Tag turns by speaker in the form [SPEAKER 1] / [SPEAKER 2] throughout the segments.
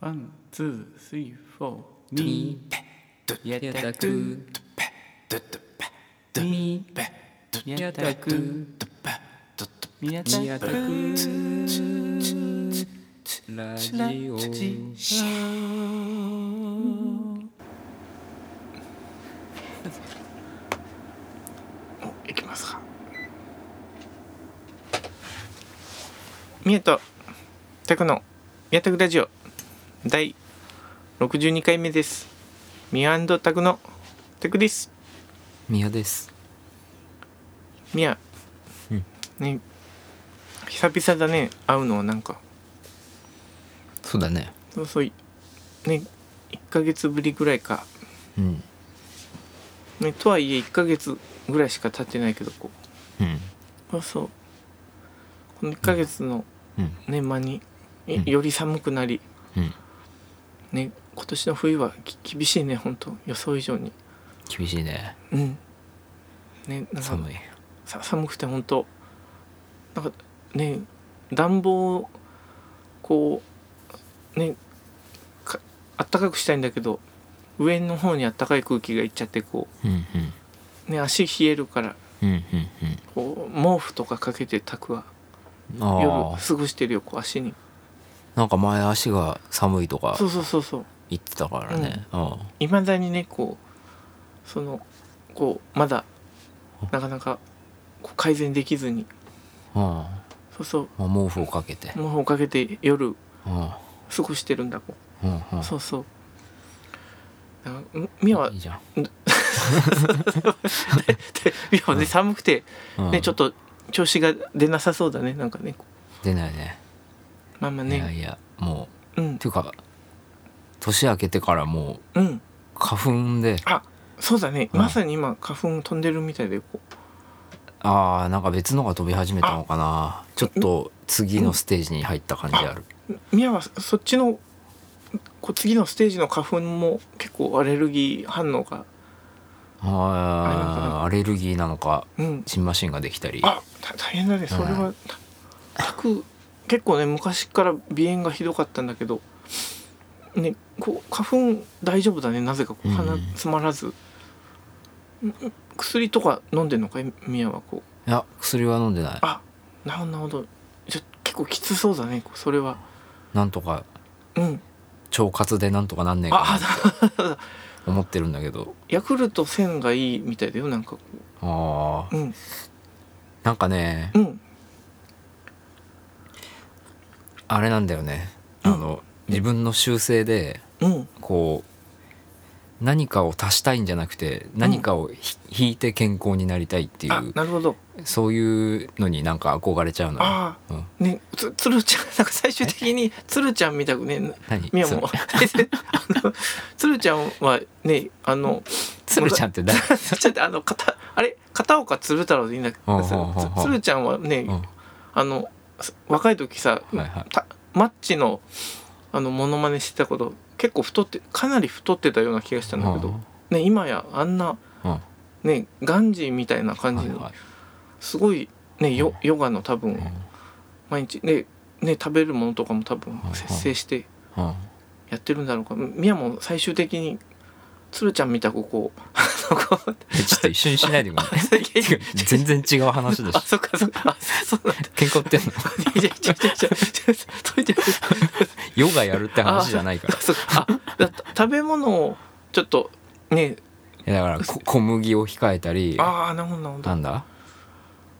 [SPEAKER 1] ワン、ツー、スリー、フォー、
[SPEAKER 2] に
[SPEAKER 1] に、
[SPEAKER 2] やたく
[SPEAKER 1] に、
[SPEAKER 2] やたく
[SPEAKER 1] 宮
[SPEAKER 2] みや
[SPEAKER 1] 田
[SPEAKER 2] た
[SPEAKER 1] く
[SPEAKER 2] く
[SPEAKER 1] ん。
[SPEAKER 2] ラジオ
[SPEAKER 1] お、いきますか。宮田拓の宮田拓ラジオ第62回目です。宮田クの拓です。
[SPEAKER 2] みやです
[SPEAKER 1] 宮、
[SPEAKER 2] うん
[SPEAKER 1] ね、久々だね、会うのはなんか。
[SPEAKER 2] そうだね
[SPEAKER 1] そうそういね1ヶ月ぶりぐらいか、
[SPEAKER 2] うん
[SPEAKER 1] ね、とはいえ1ヶ月ぐらいしか経ってないけどこ
[SPEAKER 2] うん
[SPEAKER 1] うそうそうこの1ヶ月の
[SPEAKER 2] うん
[SPEAKER 1] ね間に、い
[SPEAKER 2] うん
[SPEAKER 1] より寒くなり
[SPEAKER 2] うん
[SPEAKER 1] ね今年の冬はき厳しいね本当予想以上に
[SPEAKER 2] 厳しいね
[SPEAKER 1] うんねなんか
[SPEAKER 2] 寒い
[SPEAKER 1] さ寒くて本当なんかね暖房をこうねかあったかくしたいんだけど上の方にあったかい空気がいっちゃってこ
[SPEAKER 2] うんうん
[SPEAKER 1] う、ね、足冷えるから
[SPEAKER 2] うんうん
[SPEAKER 1] こう毛布とかかけてたくは
[SPEAKER 2] うん
[SPEAKER 1] 夜
[SPEAKER 2] ああ
[SPEAKER 1] 過ごしてるよこう足に
[SPEAKER 2] なんか前足が寒いとか
[SPEAKER 1] そうそうそうそう
[SPEAKER 2] 言ってたからねあ
[SPEAKER 1] いまだにねこうそのこうまだなかなかこう改善できずに
[SPEAKER 2] ああ
[SPEAKER 1] そうそう
[SPEAKER 2] あ毛布をかけて
[SPEAKER 1] 毛布をかけて夜
[SPEAKER 2] あ
[SPEAKER 1] 過ごしてるんだこう
[SPEAKER 2] あうんうん
[SPEAKER 1] そうそう。だからんミヤは、
[SPEAKER 2] いいじゃん
[SPEAKER 1] ミヤはね、寒くて、
[SPEAKER 2] うん
[SPEAKER 1] ね、ちょっと調子が出なさそうだね、なんかね。
[SPEAKER 2] 出ないね
[SPEAKER 1] まあまあ
[SPEAKER 2] いや
[SPEAKER 1] ね、
[SPEAKER 2] いやも
[SPEAKER 1] うん
[SPEAKER 2] う、ていうか年明けてからもう
[SPEAKER 1] うん、
[SPEAKER 2] 花粉で
[SPEAKER 1] あ、そうだね、
[SPEAKER 2] うん
[SPEAKER 1] まさに今花粉飛んでるみたいで、こ
[SPEAKER 2] あーなんか別のが飛び始めたのかなちょっと次のステージに入った感じある
[SPEAKER 1] う、ミヤはそっちの。こう次のステージの花粉も結構アレルギー反応が、
[SPEAKER 2] あーアレルギーなのか
[SPEAKER 1] うん、
[SPEAKER 2] 新マシンができたり
[SPEAKER 1] あ、た大変だね、それは。たたく、結構ね、昔から鼻炎がひどかったんだけど。ね、こう花粉大丈夫だね、なぜかこう
[SPEAKER 2] うん
[SPEAKER 1] 鼻詰まらず。んん薬とか飲んでんのかい、みやはこう。
[SPEAKER 2] いや薬は飲んでない
[SPEAKER 1] あ、なるほど、なるほど。じゃ、結構きつそうだね、こうそれは。
[SPEAKER 2] なんとか
[SPEAKER 1] うん、
[SPEAKER 2] 腸活でなんとかなんねえ
[SPEAKER 1] あ
[SPEAKER 2] か、なと思ってるんだけど
[SPEAKER 1] ヤクルト1000がいいみたいだよ、なんかこ
[SPEAKER 2] あー
[SPEAKER 1] う。うん、
[SPEAKER 2] なんかね
[SPEAKER 1] うん、
[SPEAKER 2] あれなんだよね
[SPEAKER 1] う
[SPEAKER 2] あ
[SPEAKER 1] ん
[SPEAKER 2] の自分の修正で
[SPEAKER 1] うん、
[SPEAKER 2] こう何かを足したいんじゃなくて何かをひ引いて健康になりたいってい
[SPEAKER 1] あ、
[SPEAKER 2] う
[SPEAKER 1] なるほど。
[SPEAKER 2] そういうのになんか憧れちゃうのよ
[SPEAKER 1] あ
[SPEAKER 2] うん
[SPEAKER 1] あ、ね、つ、つるちゃん、なん か最終的に、つるちゃんみたくね。
[SPEAKER 2] 何
[SPEAKER 1] みやもあの 鶴ちゃんはねあ の
[SPEAKER 2] つるちゃんって 誰
[SPEAKER 1] ちょっとあの片あれ片岡鶴太郎でいいんだけ
[SPEAKER 2] ほう
[SPEAKER 1] ど
[SPEAKER 2] ほうほうほう
[SPEAKER 1] 鶴ちゃんはね、
[SPEAKER 2] うん
[SPEAKER 1] あのす若い時さ、
[SPEAKER 2] はいはい
[SPEAKER 1] たマッチのあのモノマネしてたこと結構太ってかなり太ってたような気がしたんだけど、ね、今やあんな、
[SPEAKER 2] うんうん
[SPEAKER 1] ね、ガンジーみたいな感
[SPEAKER 2] は
[SPEAKER 1] じ
[SPEAKER 2] い
[SPEAKER 1] の、
[SPEAKER 2] はい
[SPEAKER 1] すごい、ね、ヨヨガの多分、
[SPEAKER 2] うん
[SPEAKER 1] 毎日、ねね、食べるものとかも多分
[SPEAKER 2] はいはい
[SPEAKER 1] 節制して。
[SPEAKER 2] うん
[SPEAKER 1] やってるんだろうかみやも最終的に鶴ちゃん見たく こうあのこう
[SPEAKER 2] えちょっと一緒にしないでくれ ない
[SPEAKER 1] 最近
[SPEAKER 2] 全然違う話だ
[SPEAKER 1] あ
[SPEAKER 2] し
[SPEAKER 1] そっかそっかあそうなんだ
[SPEAKER 2] 健康ってん の
[SPEAKER 1] いやいやいやいやいや鶴ちゃん
[SPEAKER 2] ヨガやるって話じゃないから
[SPEAKER 1] あそっかあだ食べ物をちょっとね
[SPEAKER 2] いやだからこ小麦を控えたり
[SPEAKER 1] ああなるほどなるほ
[SPEAKER 2] な
[SPEAKER 1] ど
[SPEAKER 2] んだ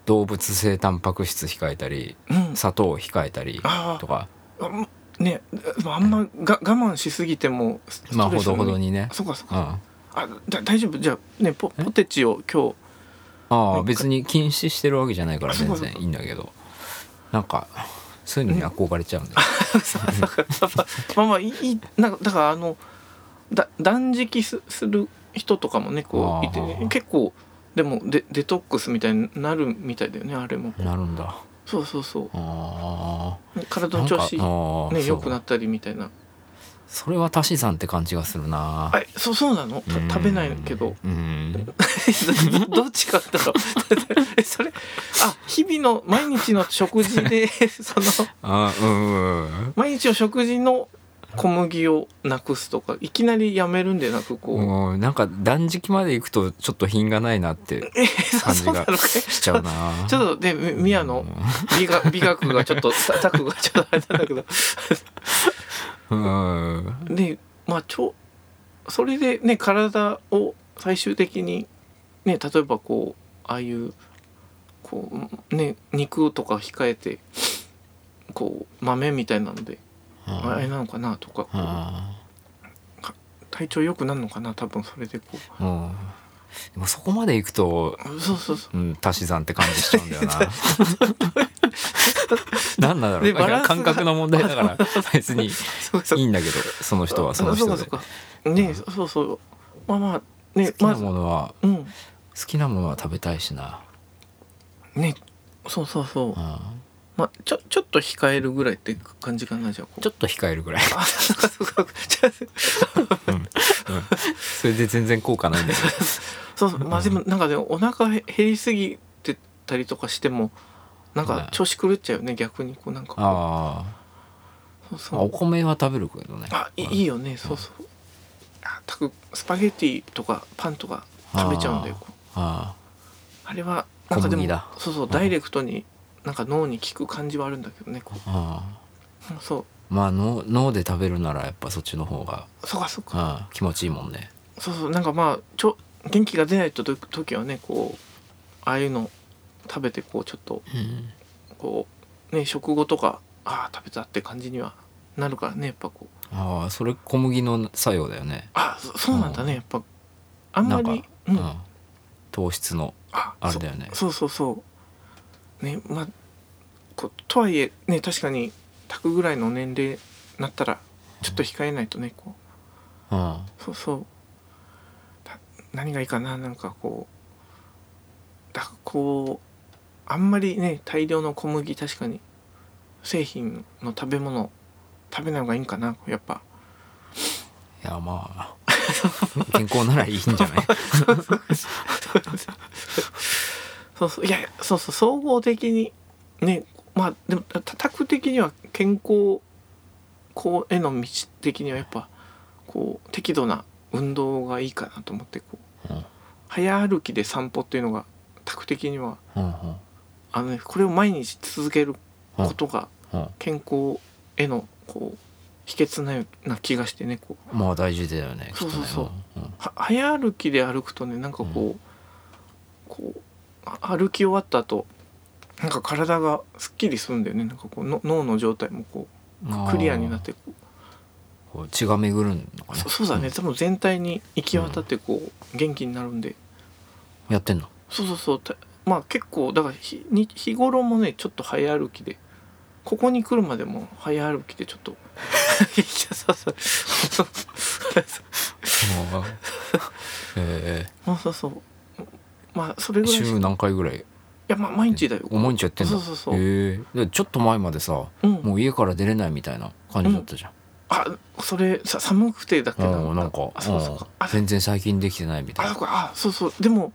[SPEAKER 2] 動物性タンパク質控えたり
[SPEAKER 1] うん
[SPEAKER 2] 砂糖を控えたり
[SPEAKER 1] あ
[SPEAKER 2] とか
[SPEAKER 1] ーあんねあんまが我慢しすぎてもストレス
[SPEAKER 2] まあほどほどにね
[SPEAKER 1] あそうかそう
[SPEAKER 2] う
[SPEAKER 1] か
[SPEAKER 2] んあ
[SPEAKER 1] あだ大丈夫じゃあねポ
[SPEAKER 2] え
[SPEAKER 1] ポテチを今日
[SPEAKER 2] あ別に禁止してるわけじゃないから全
[SPEAKER 1] そうかそう
[SPEAKER 2] 然
[SPEAKER 1] か
[SPEAKER 2] いいんだけどなんかそういうのに憧れちゃうんだよ
[SPEAKER 1] まあまあいいいいなんかだからあのだ断食すする人とかもねこういて
[SPEAKER 2] あー
[SPEAKER 1] ね結構でもデデトックスみたいになるみたいだよねあれも
[SPEAKER 2] なるんだあ
[SPEAKER 1] そうそうそ
[SPEAKER 2] あ
[SPEAKER 1] う体の調子ね
[SPEAKER 2] ね
[SPEAKER 1] 良くなったりみたいな
[SPEAKER 2] それは足し算って感じがするな
[SPEAKER 1] あそうそうなのた
[SPEAKER 2] うん
[SPEAKER 1] 食べないけど
[SPEAKER 2] うん
[SPEAKER 1] どっちかだろう えそれあ日々の毎日の食事で その
[SPEAKER 2] あうんうん
[SPEAKER 1] 毎日の食事の小麦をなくすとかいきなりやめるんでなくこう、
[SPEAKER 2] もうなんか断食まで行くとちょっと品がないなって
[SPEAKER 1] え
[SPEAKER 2] 感
[SPEAKER 1] そ
[SPEAKER 2] じ
[SPEAKER 1] そうなの
[SPEAKER 2] が
[SPEAKER 1] かい
[SPEAKER 2] しちゃうな
[SPEAKER 1] ちょっとでみ宮の美学美学がちょっと たタクがちょっとあれなんだけど
[SPEAKER 2] うんうん
[SPEAKER 1] でまあちょそれでね体を最終的にね例えばこうああいうこうね肉とか控えてこう豆みたいなのであれなのかなとかこう体調良くなるのかな多分それでこ
[SPEAKER 2] うんでもそこまで行くと、
[SPEAKER 1] うそうそうそ
[SPEAKER 2] うん、足し算って感じしちゃうんだよな。 なんなんだろ
[SPEAKER 1] で
[SPEAKER 2] う。
[SPEAKER 1] バランスが
[SPEAKER 2] 感覚の問題だ から別に
[SPEAKER 1] うそう
[SPEAKER 2] いいんだけど、その人はその人
[SPEAKER 1] そ
[SPEAKER 2] で
[SPEAKER 1] う。かそうかねそうそうまあまあね
[SPEAKER 2] 好き
[SPEAKER 1] ま
[SPEAKER 2] な
[SPEAKER 1] ず
[SPEAKER 2] ものは
[SPEAKER 1] うん
[SPEAKER 2] 好きなものは食べたいしな。
[SPEAKER 1] ねそうそうそう
[SPEAKER 2] うん、
[SPEAKER 1] まあちょちょっと控えるぐらいって感じかなじゃあこう
[SPEAKER 2] ちょっと控えるぐらい。
[SPEAKER 1] あ そうかそうかちょっと
[SPEAKER 2] それで全然効果ないんだけ ど。
[SPEAKER 1] そうそうまあでもなんかねお腹へ減りすぎてたりとかしてもなん
[SPEAKER 2] はい
[SPEAKER 1] か調子狂っちゃうよね逆にこうなんかこ
[SPEAKER 2] あ
[SPEAKER 1] うそうそ
[SPEAKER 2] あ、お
[SPEAKER 1] う
[SPEAKER 2] 米は食べるけどね。
[SPEAKER 1] あいいいいよねそうそうあたくスパゲティとかパンとか食べちゃうんだよこう
[SPEAKER 2] あ
[SPEAKER 1] あれはなんかで
[SPEAKER 2] 小麦
[SPEAKER 1] も
[SPEAKER 2] だ
[SPEAKER 1] そうそう
[SPEAKER 2] うん
[SPEAKER 1] ダイレクトになんか脳に効く感じはあるんだけどねこ
[SPEAKER 2] あ、あ
[SPEAKER 1] ううんそ
[SPEAKER 2] あ。まあ脳脳で食べるならやっぱそっちの方が、
[SPEAKER 1] うそうかそう
[SPEAKER 2] う
[SPEAKER 1] か
[SPEAKER 2] ん、気持ちいいもんね。
[SPEAKER 1] そうそうなんかまあちょ元気が出ないとと時はねこうああいうの食べてこうちょっと
[SPEAKER 2] うん
[SPEAKER 1] こうね食後とかああ食べたって感じにはなるからねやっぱこう
[SPEAKER 2] ああそれ小麦の作用だよね
[SPEAKER 1] ああそそうなんだね
[SPEAKER 2] うん
[SPEAKER 1] やっぱあんま
[SPEAKER 2] な
[SPEAKER 1] り
[SPEAKER 2] んか
[SPEAKER 1] うん
[SPEAKER 2] うん糖質の
[SPEAKER 1] あ
[SPEAKER 2] あれ
[SPEAKER 1] そ
[SPEAKER 2] だよね
[SPEAKER 1] そうそうそうねまあこうとはいえね確かに炊くぐらいの年齢になったらちょっと控えないとねこ
[SPEAKER 2] うん
[SPEAKER 1] うそうそうだ何がいいかななんかこうだこうあんまりね大量の小麦確かに製品の食べ物食べない方がいいんかなやっぱ
[SPEAKER 2] いやまあ 健康ならいいんじ ゃない
[SPEAKER 1] そうそういやいやそうそう総合的にねまあでもた多角的には健康こうへの道的にはやっぱこう適度な運動がいいかなと思ってこう
[SPEAKER 2] うん
[SPEAKER 1] 早歩きで散歩っていうのが多角的には
[SPEAKER 2] うんうん
[SPEAKER 1] あの、ね、これを毎日続けることが
[SPEAKER 2] うん
[SPEAKER 1] 健康へのこう秘訣なような気がしてねこう
[SPEAKER 2] まあ大事だよね
[SPEAKER 1] そうそうそう
[SPEAKER 2] きっとね
[SPEAKER 1] は早歩きで歩くとねなんかこう,、こうあ歩き終わった後なんか体がすっきりするんだよねなんかこうの脳の状態もこ
[SPEAKER 2] うんうん
[SPEAKER 1] うクリアになってこう
[SPEAKER 2] こう血が巡るのかね
[SPEAKER 1] そそうだね、多分全体に行き渡ってこう元気になるんで、
[SPEAKER 2] んやってんの
[SPEAKER 1] そうそうそうたまあ結構だから日に日頃もねちょっと早歩きでここに来るまでも早歩きでちょっと いやそうそうそう
[SPEAKER 2] ああえ
[SPEAKER 1] そうそうそうまあそれ
[SPEAKER 2] え
[SPEAKER 1] ぐらいしい
[SPEAKER 2] 週何回ぐらい
[SPEAKER 1] やまあ毎日だよ
[SPEAKER 2] 毎日やってんだ
[SPEAKER 1] そうそうそう
[SPEAKER 2] ええでちょっと前までさ
[SPEAKER 1] うん
[SPEAKER 2] もう家から出れないみたいな感じだったじゃん
[SPEAKER 1] あそれさ寒くてだっけ
[SPEAKER 2] うんなんか
[SPEAKER 1] あそうそう
[SPEAKER 2] うん
[SPEAKER 1] あ
[SPEAKER 2] 全然最近できてないみたい
[SPEAKER 1] あ
[SPEAKER 2] な
[SPEAKER 1] これあそうそうでも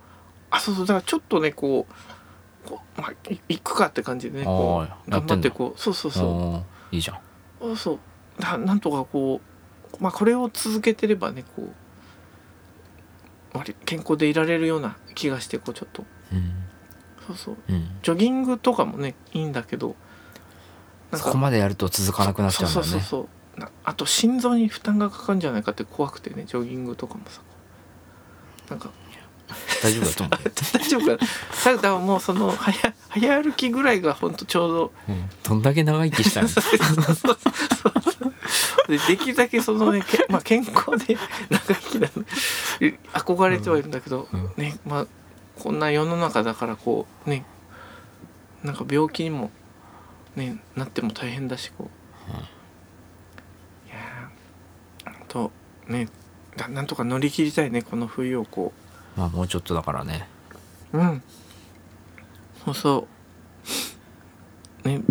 [SPEAKER 1] あそうそうだからちょっとねこうこうまあい行くかって感じでねこ
[SPEAKER 2] あー
[SPEAKER 1] う
[SPEAKER 2] やって
[SPEAKER 1] 頑
[SPEAKER 2] んだ
[SPEAKER 1] 張ってこうそうそうそう
[SPEAKER 2] うんいいじゃん
[SPEAKER 1] そうそうだなんとかこうまあこれを続けてればねこう割健康でいられるような気がしてこうちょっと
[SPEAKER 2] うん
[SPEAKER 1] そうそう
[SPEAKER 2] うん
[SPEAKER 1] ジョギングとかもねいいんだけど
[SPEAKER 2] そこまでやると続かなくなっちゃうんだ
[SPEAKER 1] そうそう
[SPEAKER 2] ね
[SPEAKER 1] そうそうなあと心臓に負担がかかるんじゃないかって怖くてねジョギングとかもさなんか
[SPEAKER 2] 大丈夫だと思うよ
[SPEAKER 1] 大丈夫かなだからだからもうその早早歩きぐらいがほんとちょうど
[SPEAKER 2] うんどんだけ長生きした いの
[SPEAKER 1] でできるだけそのね、けまあ、健康で長生きなの憧れてはいるんだけど、
[SPEAKER 2] うん
[SPEAKER 1] ねまあこんな世の中だからこうねなんか病気にも、ね、なっても大変だしこう、いやーほんとねななんとか乗り切りたいねこの冬をこ
[SPEAKER 2] まあもうちょっとだからね
[SPEAKER 1] ううんそうそうねん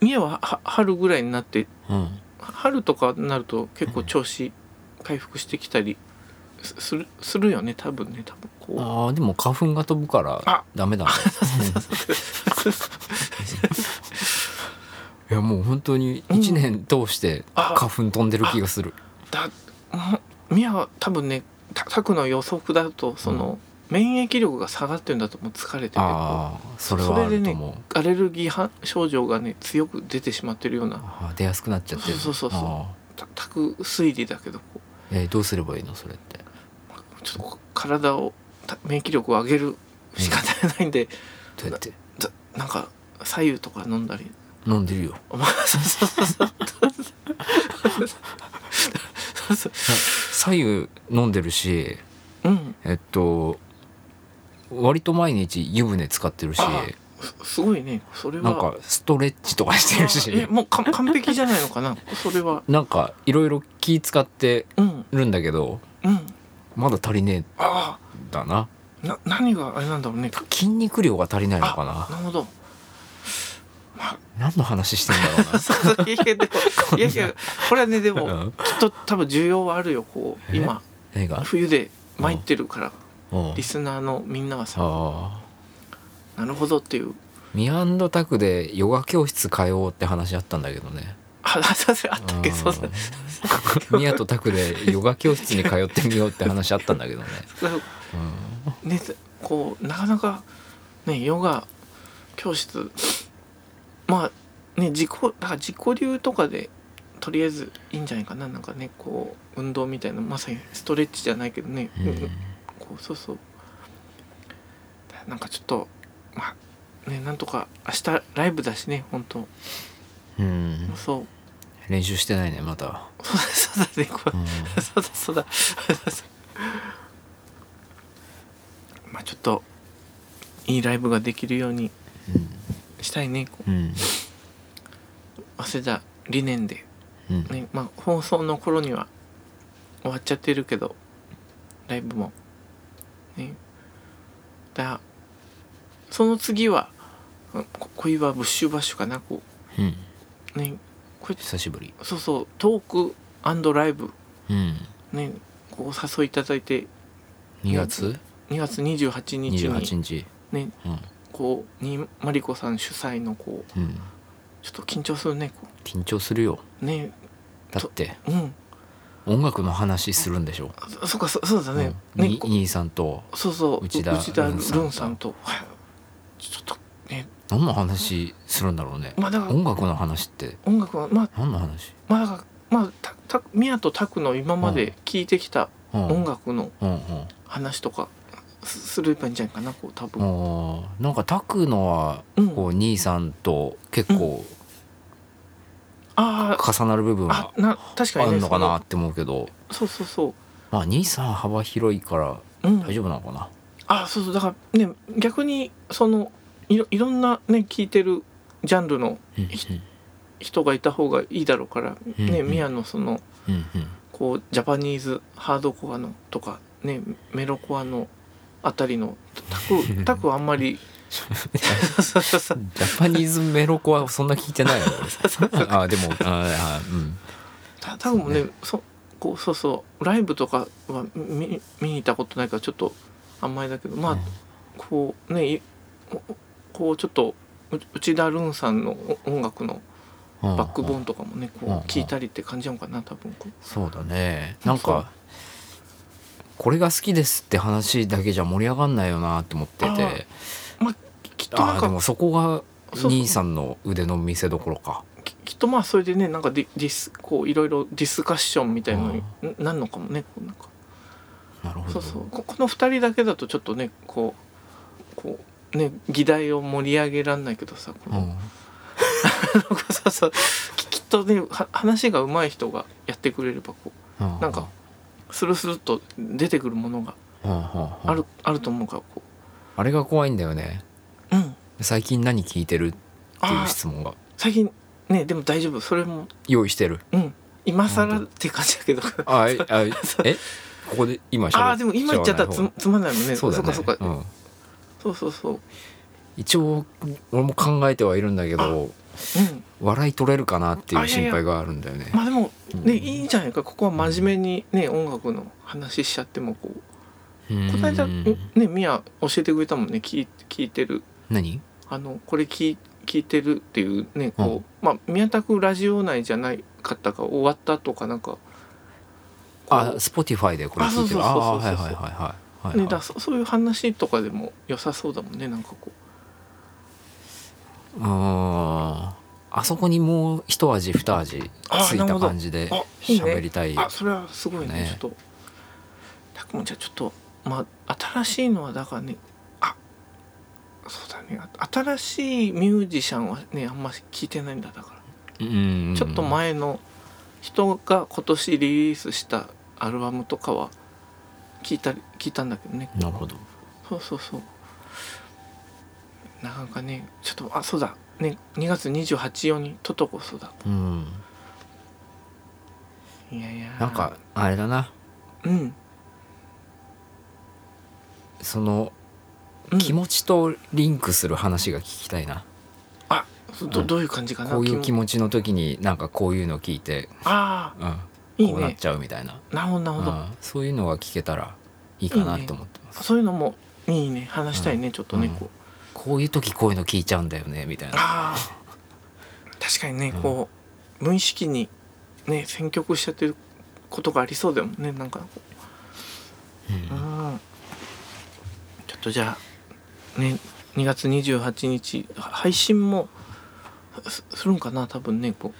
[SPEAKER 1] みやはは春ぐらいになって
[SPEAKER 2] うん
[SPEAKER 1] 春とかになると結構調子回復してきたりすするするよね多分ね多分こう。
[SPEAKER 2] ああでも花粉が飛ぶから
[SPEAKER 1] あ
[SPEAKER 2] ダメだね
[SPEAKER 1] そうそうそう
[SPEAKER 2] えやもう本当に1年通して
[SPEAKER 1] あ
[SPEAKER 2] 花粉飛んでる気がする、
[SPEAKER 1] だミヤは多分ねたさくの予測だとその、免疫力が下がってるんだと思う疲れててあ
[SPEAKER 2] ああそれはあると思う、
[SPEAKER 1] アレルギーは症状がね強く出てしまってるような
[SPEAKER 2] あー出やすくなっちゃってる
[SPEAKER 1] そうそうそうそう
[SPEAKER 2] あ
[SPEAKER 1] たたく推理だけどこう
[SPEAKER 2] ーえーどうすればいいのそれって
[SPEAKER 1] ちょっとこう体をた免疫力を上げる仕方がないんで、
[SPEAKER 2] どうやって
[SPEAKER 1] ざなんか左右とか飲んだり
[SPEAKER 2] 飲んでるよ
[SPEAKER 1] お前そうそうそうそうそうそう
[SPEAKER 2] 左右飲んでるし
[SPEAKER 1] うん
[SPEAKER 2] えっと割と毎日湯船使ってるし
[SPEAKER 1] あすすごいねそれは
[SPEAKER 2] なんかストレッチとかしてる
[SPEAKER 1] あえ
[SPEAKER 2] し
[SPEAKER 1] もうか完璧じゃないのかなそれは
[SPEAKER 2] なんかいろいろ気使って
[SPEAKER 1] うん
[SPEAKER 2] るんだけど
[SPEAKER 1] うん
[SPEAKER 2] まだ足りね
[SPEAKER 1] あ
[SPEAKER 2] えんだな
[SPEAKER 1] あな何があれなんだろうね
[SPEAKER 2] 筋肉量が足りないのか
[SPEAKER 1] あ
[SPEAKER 2] な
[SPEAKER 1] なるほど
[SPEAKER 2] 何の話してんだろうな
[SPEAKER 1] そうそういやでもいやいやこれはねでも
[SPEAKER 2] うん
[SPEAKER 1] きっと多分需要はあるよこう
[SPEAKER 2] え
[SPEAKER 1] 今
[SPEAKER 2] 何が
[SPEAKER 1] 冬で参ってるから
[SPEAKER 2] うん
[SPEAKER 1] リスナーのみんなはさ
[SPEAKER 2] ああ
[SPEAKER 1] なるほどっていう
[SPEAKER 2] ミアンドタクでヨガ教室通おうって話あったんだけどね
[SPEAKER 1] あそれあったっけそうだ
[SPEAKER 2] うん ミアとタクでヨガ教室に通ってみようって話あったんだけどね、
[SPEAKER 1] そう
[SPEAKER 2] うん
[SPEAKER 1] ねこうなかなかねヨガ教室まあね自己だから自己流とかでとりあえずいいんじゃないかななんかねこう運動みたいなまさにストレッチじゃないけどね、
[SPEAKER 2] うん
[SPEAKER 1] こうそうそうだなんかちょっとまあねなんとか明日ライブだしね本当
[SPEAKER 2] うん
[SPEAKER 1] そう
[SPEAKER 2] 練習してないねまた、
[SPEAKER 1] そうだそうだねこう
[SPEAKER 2] うん
[SPEAKER 1] そうだそうだ。まあちょっといいライブができるようにしたいね。こう
[SPEAKER 2] うん
[SPEAKER 1] 早稲田理念で
[SPEAKER 2] うん
[SPEAKER 1] ね、まあ放送の頃には終わっちゃってるけどライブもね。だその次はうんこ恋はブッシュバッシュかなこ
[SPEAKER 2] うん
[SPEAKER 1] うね。これ
[SPEAKER 2] 久しぶり、
[SPEAKER 1] そうそうトークライブ
[SPEAKER 2] うん、
[SPEAKER 1] ね。こうお誘いいただいて
[SPEAKER 2] 2月
[SPEAKER 1] 2月28日に
[SPEAKER 2] 28日
[SPEAKER 1] ね
[SPEAKER 2] うん
[SPEAKER 1] こうにマリコさん主催のこう
[SPEAKER 2] うん、
[SPEAKER 1] ちょっと緊張するねこ
[SPEAKER 2] 緊張するよ
[SPEAKER 1] うね
[SPEAKER 2] だって
[SPEAKER 1] うん
[SPEAKER 2] 音楽の話するんでしょ、
[SPEAKER 1] あそそっかそそうだ
[SPEAKER 2] うん
[SPEAKER 1] ね、ね
[SPEAKER 2] に
[SPEAKER 1] こ
[SPEAKER 2] 兄さんと
[SPEAKER 1] うそうそう
[SPEAKER 2] 内田
[SPEAKER 1] う内田
[SPEAKER 2] ル
[SPEAKER 1] ル
[SPEAKER 2] ン
[SPEAKER 1] ン
[SPEAKER 2] さんと
[SPEAKER 1] さんとはいちょっとね
[SPEAKER 2] 何の話するんだろうね
[SPEAKER 1] まあだから
[SPEAKER 2] 音楽の話って
[SPEAKER 1] 音楽はまあ
[SPEAKER 2] 何の話、
[SPEAKER 1] まあだからまあたた宮と拓の今まで聞いてきた
[SPEAKER 2] うん、
[SPEAKER 1] 音楽の
[SPEAKER 2] うんうん
[SPEAKER 1] 話とかすすればいいんじゃないかなこう多分
[SPEAKER 2] あーなんかタクのは
[SPEAKER 1] うん
[SPEAKER 2] こう兄さんと結構
[SPEAKER 1] あー
[SPEAKER 2] 重なる部分
[SPEAKER 1] あ
[SPEAKER 2] は
[SPEAKER 1] な確か
[SPEAKER 2] あ
[SPEAKER 1] にね
[SPEAKER 2] るのかなって思うけど、
[SPEAKER 1] そのそうそうそ
[SPEAKER 2] まあ兄さん幅広いから
[SPEAKER 1] ううん
[SPEAKER 2] 大丈夫なのかな、
[SPEAKER 1] あそうそうだからね逆にそのいろいろんなね聞いてるジャンルの
[SPEAKER 2] うん
[SPEAKER 1] 人がいた方がいいだろうから、
[SPEAKER 2] うん
[SPEAKER 1] ね
[SPEAKER 2] うん
[SPEAKER 1] ミヤのその
[SPEAKER 2] うんうん
[SPEAKER 1] こうジャパニーズハードコアのとかねメロコアのあたりのタク タクはあんまりそうそうそう
[SPEAKER 2] ジャパニーズメロコはそんな聞いてないの 俺あでもああうん
[SPEAKER 1] タタクもねそこうそうそうライブとかは見見に行ったことないからちょっとあんまりだけどまあ、
[SPEAKER 2] うん
[SPEAKER 1] こうねいここうちょっとう内田ルンさんの音楽の
[SPEAKER 2] うん
[SPEAKER 1] バックボーンとかもねこう
[SPEAKER 2] うんうん
[SPEAKER 1] 聞いたりって感じなのかな多分こう
[SPEAKER 2] そうだねなんかこれが好きですって話だけじゃ盛り上がんないよなって思ってて
[SPEAKER 1] まあききっと
[SPEAKER 2] あ
[SPEAKER 1] な
[SPEAKER 2] あ
[SPEAKER 1] ん
[SPEAKER 2] で
[SPEAKER 1] か
[SPEAKER 2] もそこが
[SPEAKER 1] そう
[SPEAKER 2] 兄さんの腕の見せ所か
[SPEAKER 1] ききっとまあそれでねなんかディディスこういろいろディスカッションみたいのにんなんのかもねこうなんか
[SPEAKER 2] なるほ
[SPEAKER 1] そ
[SPEAKER 2] ど
[SPEAKER 1] うそうここの2人だけだとちょっとねこうこうね議題を盛り上げらんないけどさこ
[SPEAKER 2] う
[SPEAKER 1] の、
[SPEAKER 2] ん
[SPEAKER 1] そうそうききっとねは話が上手い人がやってくれればこ
[SPEAKER 2] うん
[SPEAKER 1] うなんかスルスルっと出てくるものがあ
[SPEAKER 2] あ
[SPEAKER 1] る,、あると思うからこ
[SPEAKER 2] あれが怖いんだよね
[SPEAKER 1] ううん
[SPEAKER 2] 最近何聞いてるってい
[SPEAKER 1] あ
[SPEAKER 2] う
[SPEAKER 1] あ
[SPEAKER 2] 質問が
[SPEAKER 1] 最近ねでも大丈夫それも
[SPEAKER 2] 用意してる
[SPEAKER 1] うん今更
[SPEAKER 2] 本
[SPEAKER 1] って感じだけど
[SPEAKER 2] あああ えここで今しゃべ
[SPEAKER 1] ああでも今言っちゃったらつつまんないもんね
[SPEAKER 2] そうだね
[SPEAKER 1] っかそっか、
[SPEAKER 2] うん
[SPEAKER 1] そうそうそうう
[SPEAKER 2] 一応俺も考えてはいるんだけど
[SPEAKER 1] ん
[SPEAKER 2] 笑い取れるかなってい
[SPEAKER 1] あ
[SPEAKER 2] う
[SPEAKER 1] いやい
[SPEAKER 2] 心
[SPEAKER 1] や
[SPEAKER 2] 配があるんだよね
[SPEAKER 1] まあでも
[SPEAKER 2] うん
[SPEAKER 1] ねいいんじゃないかここは真面目にね音楽の話しちゃってもこう
[SPEAKER 2] うん
[SPEAKER 1] この間ねみや教えてくれたもんね聞い聞いてる
[SPEAKER 2] 何
[SPEAKER 1] あのこれ聞い聞いてるっていうねこう、まあ、宮田君ラジオ内じゃない方が終わったとかなんかこう
[SPEAKER 2] あ、スポティファイでこれ聞いてる。
[SPEAKER 1] あ
[SPEAKER 2] あ
[SPEAKER 1] そ
[SPEAKER 2] あ
[SPEAKER 1] う
[SPEAKER 2] ー、
[SPEAKER 1] そう
[SPEAKER 2] は
[SPEAKER 1] そう
[SPEAKER 2] い
[SPEAKER 1] そう
[SPEAKER 2] はいはいはいはい
[SPEAKER 1] ね、
[SPEAKER 2] は
[SPEAKER 1] だそそういう話とかでも良さそうだもんねなんかこ
[SPEAKER 2] い。あーあそこにもう一味二味つい
[SPEAKER 1] あーなるほど
[SPEAKER 2] た感じで
[SPEAKER 1] あいいね
[SPEAKER 2] 喋りたいう
[SPEAKER 1] あそれはすごいね
[SPEAKER 2] ね
[SPEAKER 1] ちょっとたくもじゃあちょっとまあ新しいのはだからねあそうだねあ新しいミュージシャンはねあんま聞いてないんだだから、
[SPEAKER 2] うん
[SPEAKER 1] ちょっと前の人が今年リリースしたアルバムとかは聞いたり聞いたんだけどね
[SPEAKER 2] なるほど
[SPEAKER 1] そうそうそうなかなかねちょっとあそうだね2月28日にトトコそうだ
[SPEAKER 2] うん
[SPEAKER 1] いやいや
[SPEAKER 2] なんかあれだな
[SPEAKER 1] うん、
[SPEAKER 2] その
[SPEAKER 1] うん、
[SPEAKER 2] 気持ちとリンクする話が聞きたいな、
[SPEAKER 1] あそうど
[SPEAKER 2] うん
[SPEAKER 1] どういう感じかな
[SPEAKER 2] こういう
[SPEAKER 1] 気
[SPEAKER 2] 気
[SPEAKER 1] も
[SPEAKER 2] 持ちの時になんかこういうの聞いて、
[SPEAKER 1] あ
[SPEAKER 2] うん、
[SPEAKER 1] あいい
[SPEAKER 2] こうなっ
[SPEAKER 1] ね
[SPEAKER 2] ちゃうみたいな
[SPEAKER 1] なるほどなるほど、
[SPEAKER 2] うん、そういうのが聞けたらいいかない
[SPEAKER 1] いね
[SPEAKER 2] と思ってます
[SPEAKER 1] そういうのもいいね話したいね、ちょっとね
[SPEAKER 2] うん
[SPEAKER 1] こう
[SPEAKER 2] こういう時こういうの聞いちゃうんだよねみたいな
[SPEAKER 1] ああ確かにねこう無意識にね選曲しちゃってることがありそうだもんねなんかこううんちょっとじゃあね2月28日は配信もすするんかな多分ねこ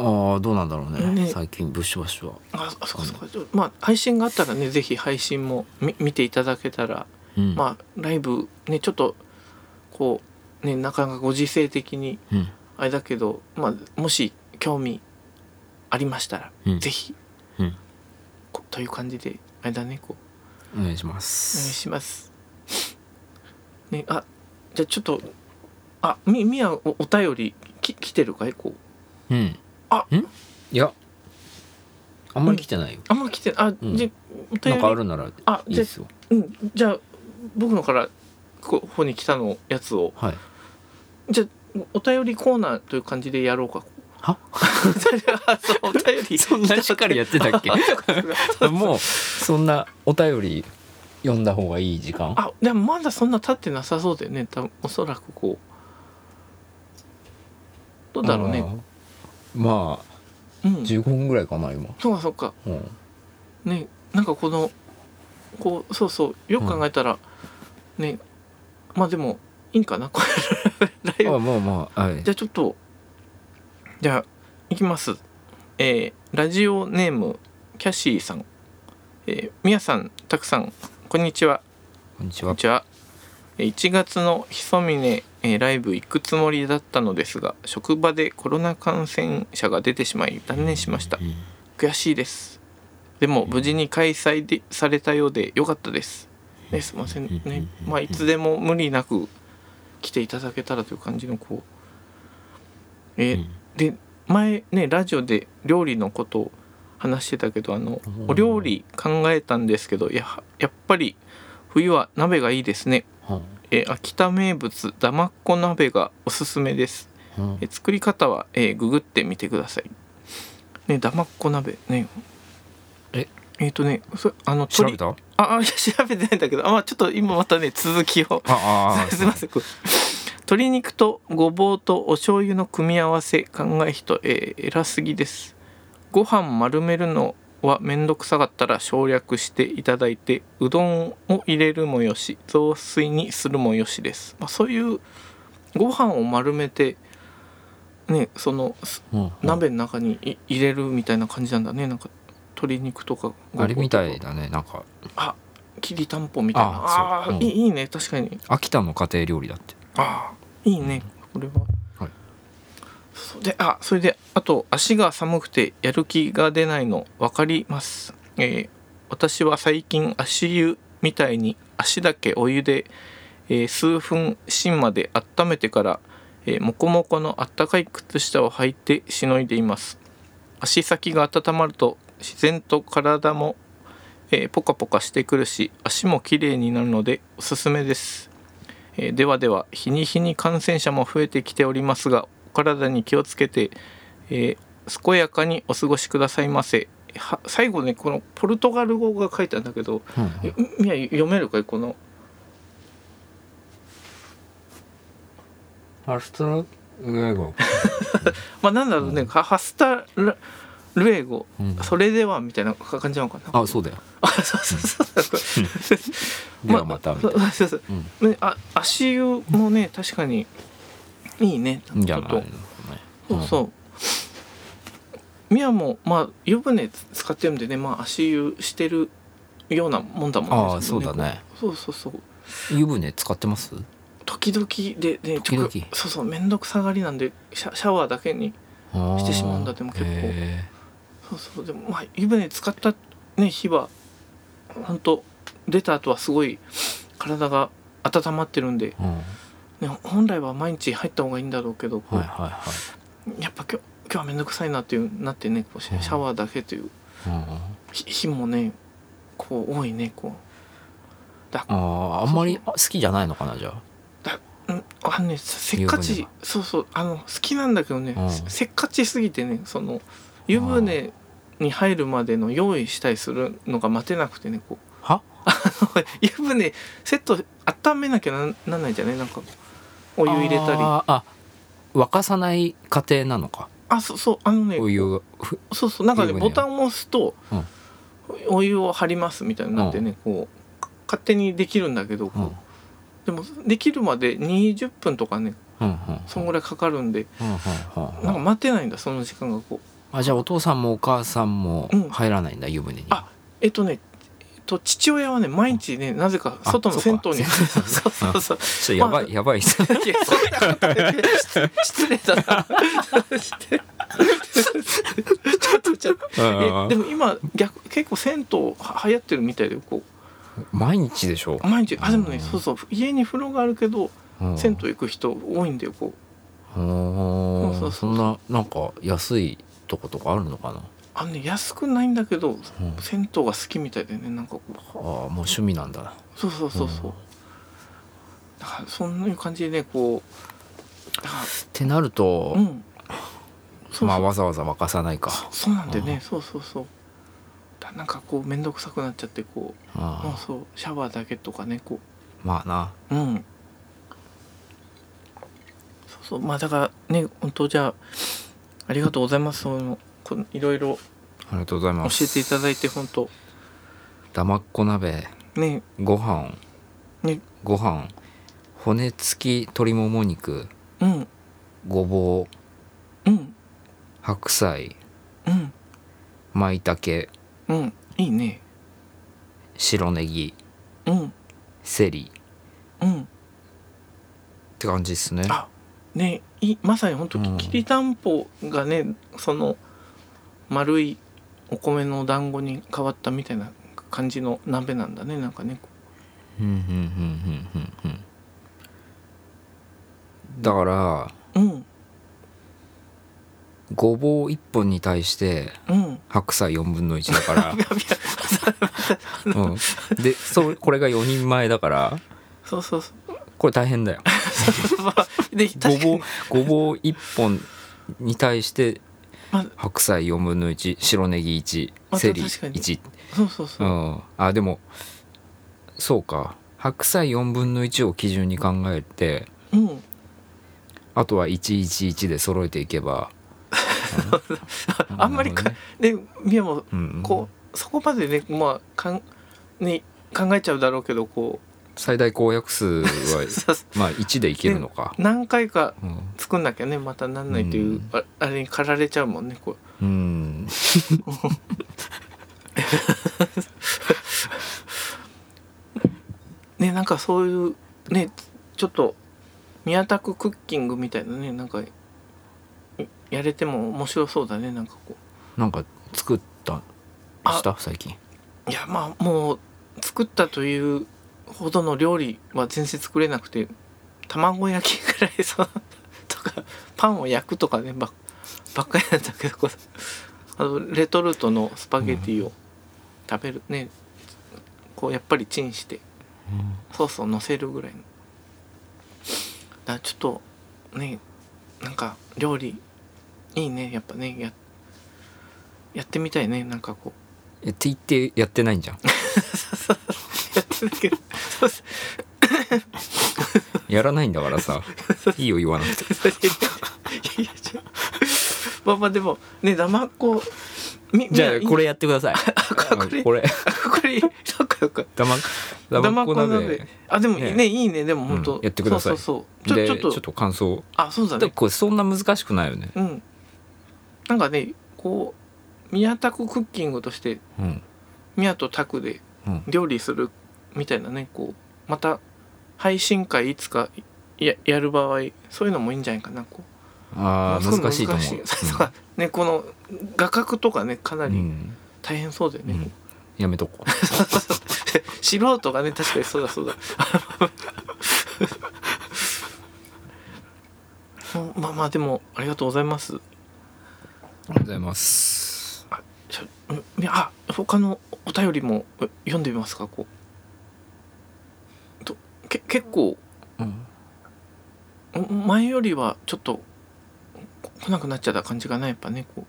[SPEAKER 1] う
[SPEAKER 2] あーどうなんだろうね
[SPEAKER 1] ね
[SPEAKER 2] 最近ブッシュバッシュは
[SPEAKER 1] ああそこそこまあ配信があったらねぜひ配信もみ見ていただけたら
[SPEAKER 2] うん
[SPEAKER 1] まあライブねちょっとこうねなかなかご時世的に
[SPEAKER 2] うん
[SPEAKER 1] あれだけど、まあ、もし興味ありましたら、
[SPEAKER 2] うん
[SPEAKER 1] ぜひ
[SPEAKER 2] うん
[SPEAKER 1] こという感じであれだねこう
[SPEAKER 2] お願いしま
[SPEAKER 1] お願い
[SPEAKER 2] す
[SPEAKER 1] します。ねあじゃあちょっとあみみやおお便りき来てるかいこう
[SPEAKER 2] うん
[SPEAKER 1] あ
[SPEAKER 2] んいやあんまり来てないよ、
[SPEAKER 1] あんま来てあ、
[SPEAKER 2] うん
[SPEAKER 1] じゃお便
[SPEAKER 2] なんかあ
[SPEAKER 1] り
[SPEAKER 2] るならい
[SPEAKER 1] あ
[SPEAKER 2] い
[SPEAKER 1] じゃ
[SPEAKER 2] ですよ
[SPEAKER 1] うんじゃあ僕のからこここに来たのやつを
[SPEAKER 2] はい
[SPEAKER 1] じゃあおお便りコーナーという感じでやろうか。
[SPEAKER 2] は
[SPEAKER 1] そうお便り
[SPEAKER 2] そんなしっかりやって たっけもうそんなお便り読んだ方がいい時間
[SPEAKER 1] あでもまだそんな経ってなさそうだよね多分おそらくこうどうだろうね
[SPEAKER 2] あーまあ
[SPEAKER 1] うん
[SPEAKER 2] 15分ぐらいかな今、
[SPEAKER 1] そうかそうか
[SPEAKER 2] うん
[SPEAKER 1] ねなんかこのこうそうそうよく考えたら、ねまあでもいいんかなこれライブ
[SPEAKER 2] あまあまあはい
[SPEAKER 1] じゃあちょっとじゃあいきますえーラジオネームキャシーさんえーみやさんたくさんこんにちは
[SPEAKER 2] こんにち
[SPEAKER 1] こん
[SPEAKER 2] は
[SPEAKER 1] にちはえー1月のひそみねえーライブ行くつもりだったのですが職場でコロナ感染者が出てしまい断念しました
[SPEAKER 2] うん
[SPEAKER 1] 悔しいですでも無事に開催でされたようで良かったです、ね、すいませんね、まあ、いつでも無理なく来ていただけたらという感じのこうえー
[SPEAKER 2] うん
[SPEAKER 1] で前ねラジオで料理のことを話してたけどあの
[SPEAKER 2] うん
[SPEAKER 1] お料理考えたんですけどやはやっぱり冬は鍋がいいですね、
[SPEAKER 2] は
[SPEAKER 1] えー秋田名物だまっこ鍋がおすすめです、
[SPEAKER 2] あは
[SPEAKER 1] えー作り方は、えーググってみてくださいねだまっこ鍋ね
[SPEAKER 2] え
[SPEAKER 1] えっ、とねそあの
[SPEAKER 2] あ調べ
[SPEAKER 1] 鳥
[SPEAKER 2] たあ
[SPEAKER 1] ああいや調べてないんだけどあ、まあ、ちょっと今またね続きを
[SPEAKER 2] ああ
[SPEAKER 1] すいませんこう鶏肉とごぼうとお醤油の組み合わせ考え人えー偉すぎですご飯丸めるのはめんどくさかったら省略していただいてうどんを入れるもよし雑炊にするもよしです、まあ、そういうご飯を丸めてねそのす
[SPEAKER 2] うんうん
[SPEAKER 1] 鍋の中にい入れるみたいな感じなんだねなんか鶏肉とかごぼうとか
[SPEAKER 2] あれみたいだねなんか
[SPEAKER 1] あきりたんぽみたいなあ
[SPEAKER 2] あ
[SPEAKER 1] あ
[SPEAKER 2] そう
[SPEAKER 1] ー、
[SPEAKER 2] うん
[SPEAKER 1] いいいいね確かに
[SPEAKER 2] 秋田の家庭料理だって
[SPEAKER 1] ああいいねこれは、
[SPEAKER 2] はい
[SPEAKER 1] そうであそれであと足が寒くてやる気が出ないの分かります、えー私は最近足湯みたいに足だけお湯で、えー数分芯まで温めてから、えーもこもこのあったかい靴下を履いてしのいでいます足先が温まると自然と体も、えーポカポカしてくるし足も綺麗になるのでおすすめですえーではでは日に日に感染者も増えてきておりますがお体に気をつけて、えー健やかにお過ごしくださいませは最後ねこのポルトガル語が書いてあるんだけど
[SPEAKER 2] うん
[SPEAKER 1] えみや読めるかいこの
[SPEAKER 2] ハスタルエゴ
[SPEAKER 1] まあなんだろうね、ハハスタルルエゴ、
[SPEAKER 2] うん
[SPEAKER 1] それではみたいな感じなのかな
[SPEAKER 2] あそうだよ
[SPEAKER 1] あそうそう そうそう
[SPEAKER 2] ではまたみたいな、
[SPEAKER 1] そうそうそう
[SPEAKER 2] うん
[SPEAKER 1] ねあ足湯もね確かにいいね
[SPEAKER 2] いいんじゃない
[SPEAKER 1] ちょ
[SPEAKER 2] の
[SPEAKER 1] っ
[SPEAKER 2] かね
[SPEAKER 1] とそうそう、ミヤもまあ湯船使ってるんでねまあ足湯してるようなもんだもんね
[SPEAKER 2] ああそうだね
[SPEAKER 1] そうそうそう
[SPEAKER 2] 湯船使ってます
[SPEAKER 1] 時々でねちょっと
[SPEAKER 2] 時々
[SPEAKER 1] そうそう面倒くさがりなんでシャシャワーだけにしてしまうんだでも結構
[SPEAKER 2] へえ
[SPEAKER 1] そうそうでもまあ湯船使ったね日は本当出た後はすごい体が温まってるんで、
[SPEAKER 2] うん、はい
[SPEAKER 1] ね、本来は毎日入った方がいいんだろうけど、こう
[SPEAKER 2] はいは
[SPEAKER 1] やっぱ今日今日は面倒くさいなっていうなってねこうシ
[SPEAKER 2] うん
[SPEAKER 1] シャワーだけという
[SPEAKER 2] い、うん、あ
[SPEAKER 1] 日日もねこう多いねこ
[SPEAKER 2] ああんまり好きじゃないのかなじゃあ
[SPEAKER 1] う、うん、あのねせせっか
[SPEAKER 2] 湯船
[SPEAKER 1] ち
[SPEAKER 2] が
[SPEAKER 1] そうそうあの好きなんだけどね、
[SPEAKER 2] うん
[SPEAKER 1] せせっかちすぎてねその湯船に入るまでの用意したりするのが待てなくてねこう
[SPEAKER 2] は
[SPEAKER 1] 湯船セット温めなきゃななんないじゃないなんかお湯入れたりあ
[SPEAKER 2] あーあ沸かさない過程なのか
[SPEAKER 1] そうそうあのね
[SPEAKER 2] お湯をふ
[SPEAKER 1] そうそうなんかね
[SPEAKER 2] 湯船
[SPEAKER 1] ボ
[SPEAKER 2] を
[SPEAKER 1] タンを押すと、
[SPEAKER 2] うん
[SPEAKER 1] お湯を張りますみたいになってね、こう勝手にできるんだけど、
[SPEAKER 2] うんうん
[SPEAKER 1] こうでもできるまで20分とかね
[SPEAKER 2] うんうん
[SPEAKER 1] そんぐらいかかるんで、
[SPEAKER 2] うんうんう
[SPEAKER 1] なん
[SPEAKER 2] ん
[SPEAKER 1] か待てないんだその時間がこう
[SPEAKER 2] あじゃあお父さんもお母さんも
[SPEAKER 1] うん
[SPEAKER 2] 入らないんだ湯船に
[SPEAKER 1] あえっとねえっと父親はね毎日ねなぜか外の銭湯に そうそうそう
[SPEAKER 2] ちょっとやばいやばい
[SPEAKER 1] いやそんなこと言って失礼だな。 ちょっとちょっとえでも今逆結構銭湯は流行ってるみたいでこ
[SPEAKER 2] 毎日でしょ
[SPEAKER 1] う毎日あでも
[SPEAKER 2] う
[SPEAKER 1] ね
[SPEAKER 2] ん
[SPEAKER 1] そうそう家に風呂があるけど
[SPEAKER 2] うん
[SPEAKER 1] 銭湯行く人多いんだよこう
[SPEAKER 2] う
[SPEAKER 1] そ
[SPEAKER 2] ん
[SPEAKER 1] うそうそ
[SPEAKER 2] そんななんか安いとことかあるのかな
[SPEAKER 1] あのね安くないんだけど
[SPEAKER 2] うん
[SPEAKER 1] 銭湯が好きみたいでねなんかこう
[SPEAKER 2] ああもう趣味なんだ
[SPEAKER 1] そうそうそうそうだからそんな感じでねこうだか
[SPEAKER 2] ってなると
[SPEAKER 1] らうんそうそ
[SPEAKER 2] まあ
[SPEAKER 1] う
[SPEAKER 2] わざわざ沸かさないか
[SPEAKER 1] そうなんだよ
[SPEAKER 2] う
[SPEAKER 1] ねそうそうそうだなんかこう面倒くさくなっちゃってこうもう
[SPEAKER 2] ああ
[SPEAKER 1] そうシャワーだけとかねこ
[SPEAKER 2] まあな
[SPEAKER 1] ううんそうそうまあだからね本当じゃあありがとうございますそういうのこのいろいろ
[SPEAKER 2] ありがとうござい
[SPEAKER 1] 教
[SPEAKER 2] ます
[SPEAKER 1] えていただいて本当
[SPEAKER 2] だまっこ鍋
[SPEAKER 1] ね
[SPEAKER 2] ご飯
[SPEAKER 1] ね
[SPEAKER 2] ご飯骨付き鶏もも肉
[SPEAKER 1] うん
[SPEAKER 2] ごぼう
[SPEAKER 1] うん
[SPEAKER 2] 白菜
[SPEAKER 1] うん
[SPEAKER 2] 舞茸
[SPEAKER 1] うんいいね
[SPEAKER 2] 白ネギ
[SPEAKER 1] うん
[SPEAKER 2] セリ
[SPEAKER 1] うん
[SPEAKER 2] って感じですね
[SPEAKER 1] あねいまさに本当
[SPEAKER 2] うん
[SPEAKER 1] きりたんぽがねその丸いお米の団子に変わったみたいな感じの鍋なんだねなんかね
[SPEAKER 2] うんうんうんうんうんうんだから
[SPEAKER 1] うん
[SPEAKER 2] ごぼう1本に対して
[SPEAKER 1] うん
[SPEAKER 2] 白菜4分の1だから
[SPEAKER 1] いやいや
[SPEAKER 2] うんでそうこれが4人前だから
[SPEAKER 1] そうそうそう
[SPEAKER 2] これ大変だよ
[SPEAKER 1] まあ で確か
[SPEAKER 2] ご
[SPEAKER 1] に
[SPEAKER 2] ぼうごぼう1本に対して
[SPEAKER 1] まあ
[SPEAKER 2] 白菜4分の1白ネギ
[SPEAKER 1] ま
[SPEAKER 2] 1
[SPEAKER 1] あ
[SPEAKER 2] セリ
[SPEAKER 1] 確かに
[SPEAKER 2] 1
[SPEAKER 1] そうそうそうう、
[SPEAKER 2] んあでもそうか白菜4分の1を基準に考えて
[SPEAKER 1] うん
[SPEAKER 2] あとは111で揃えていけば
[SPEAKER 1] あんまりか、
[SPEAKER 2] なる
[SPEAKER 1] でみやも
[SPEAKER 2] ほどねうん
[SPEAKER 1] こうそこまでねまあかんに考えちゃうだろうけどこ
[SPEAKER 2] 最大公約数
[SPEAKER 1] う
[SPEAKER 2] は
[SPEAKER 1] さ
[SPEAKER 2] まあ1でいけるのか、
[SPEAKER 1] 何回か
[SPEAKER 2] うん
[SPEAKER 1] 作んなきゃねまたなんないという、
[SPEAKER 2] うん
[SPEAKER 1] ああれに駆られちゃうもんねこう
[SPEAKER 2] うん、
[SPEAKER 1] ねなんかそういうねちょっと宮田区クッキングみたいなねなんかいやれても面白そうだねなんかこ
[SPEAKER 2] なんか作った
[SPEAKER 1] あ
[SPEAKER 2] した最近
[SPEAKER 1] ういやまあもう作ったというほどの料理は全然作れなくて卵焼きぐらいそうとかパンを焼くとかねばばっかりなんだけどこうあのレトルトのスパゲティを食べる、ねこうやっぱりチンしてソースを乗せるぐらいのだからちょっとねなんか料理いいねやっぱねややってみたいねなんかこ
[SPEAKER 2] えって言ってやってないんじゃん
[SPEAKER 1] うやってるけどそう
[SPEAKER 2] やらないんだか らさいいよ言わなくて
[SPEAKER 1] それでねいやいやちょまあまあでもね生っこみ
[SPEAKER 2] じ
[SPEAKER 1] みん
[SPEAKER 2] ゃあ
[SPEAKER 1] な
[SPEAKER 2] これやってください
[SPEAKER 1] これ
[SPEAKER 2] これ
[SPEAKER 1] これなんかなんか
[SPEAKER 2] だま
[SPEAKER 1] 生
[SPEAKER 2] だ
[SPEAKER 1] っ
[SPEAKER 2] っ
[SPEAKER 1] こ
[SPEAKER 2] こ
[SPEAKER 1] 鍋
[SPEAKER 2] 鍋
[SPEAKER 1] あでも
[SPEAKER 2] ね
[SPEAKER 1] ねいいねでも本当、
[SPEAKER 2] うんやってください
[SPEAKER 1] そうそうそう
[SPEAKER 2] で
[SPEAKER 1] ちょ
[SPEAKER 2] ち
[SPEAKER 1] ちょっ
[SPEAKER 2] ょっ
[SPEAKER 1] と
[SPEAKER 2] と感想
[SPEAKER 1] あそうだ
[SPEAKER 2] で
[SPEAKER 1] ね
[SPEAKER 2] これそんな難しくないよね
[SPEAKER 1] うんなんかねこう宮田区クッキングとして
[SPEAKER 2] うん
[SPEAKER 1] 宮と拓で
[SPEAKER 2] うん
[SPEAKER 1] 料理するみたいなねこうまた配信会いつかややる場合そういうのもいいんじゃないかなこう
[SPEAKER 2] ああ
[SPEAKER 1] もう
[SPEAKER 2] 難しいと思
[SPEAKER 1] そううそうそう ねこの画角とかねかな
[SPEAKER 2] うんう
[SPEAKER 1] り
[SPEAKER 2] ん
[SPEAKER 1] 大変そうだよね、
[SPEAKER 2] うんやめとこう
[SPEAKER 1] そうそうそう 素人がね確かにそうだそうだ うんまあまあでもありがとうございます
[SPEAKER 2] ありがとうございます
[SPEAKER 1] ちょうんいやあ他のお便りもう読んでみますかこうとけ結構
[SPEAKER 2] うん
[SPEAKER 1] ん前よりはちょっとこ来なくなっちゃった感じがないやっぱねこう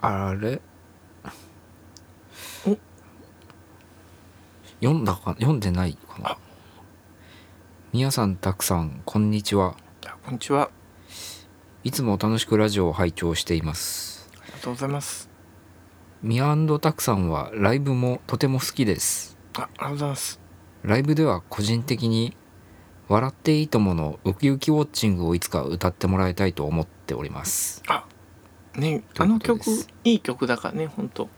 [SPEAKER 2] あれ
[SPEAKER 1] お
[SPEAKER 2] 読んだか読んでないかな
[SPEAKER 1] あ
[SPEAKER 2] 皆さんたくさんこんにちは
[SPEAKER 1] あこんにちはい
[SPEAKER 2] つも楽しくラジオを拝聴しています
[SPEAKER 1] ありがとうございます
[SPEAKER 2] ミアたくさんはライブもとても好きです
[SPEAKER 1] あありがとうございます
[SPEAKER 2] ライブでは個人的に「笑っていいとも」のウキウキウォッチングをいつか歌ってもらいたいと思っております
[SPEAKER 1] ね
[SPEAKER 2] と
[SPEAKER 1] あ
[SPEAKER 2] いう
[SPEAKER 1] の
[SPEAKER 2] ことで
[SPEAKER 1] 曲
[SPEAKER 2] す
[SPEAKER 1] いい曲だからね本当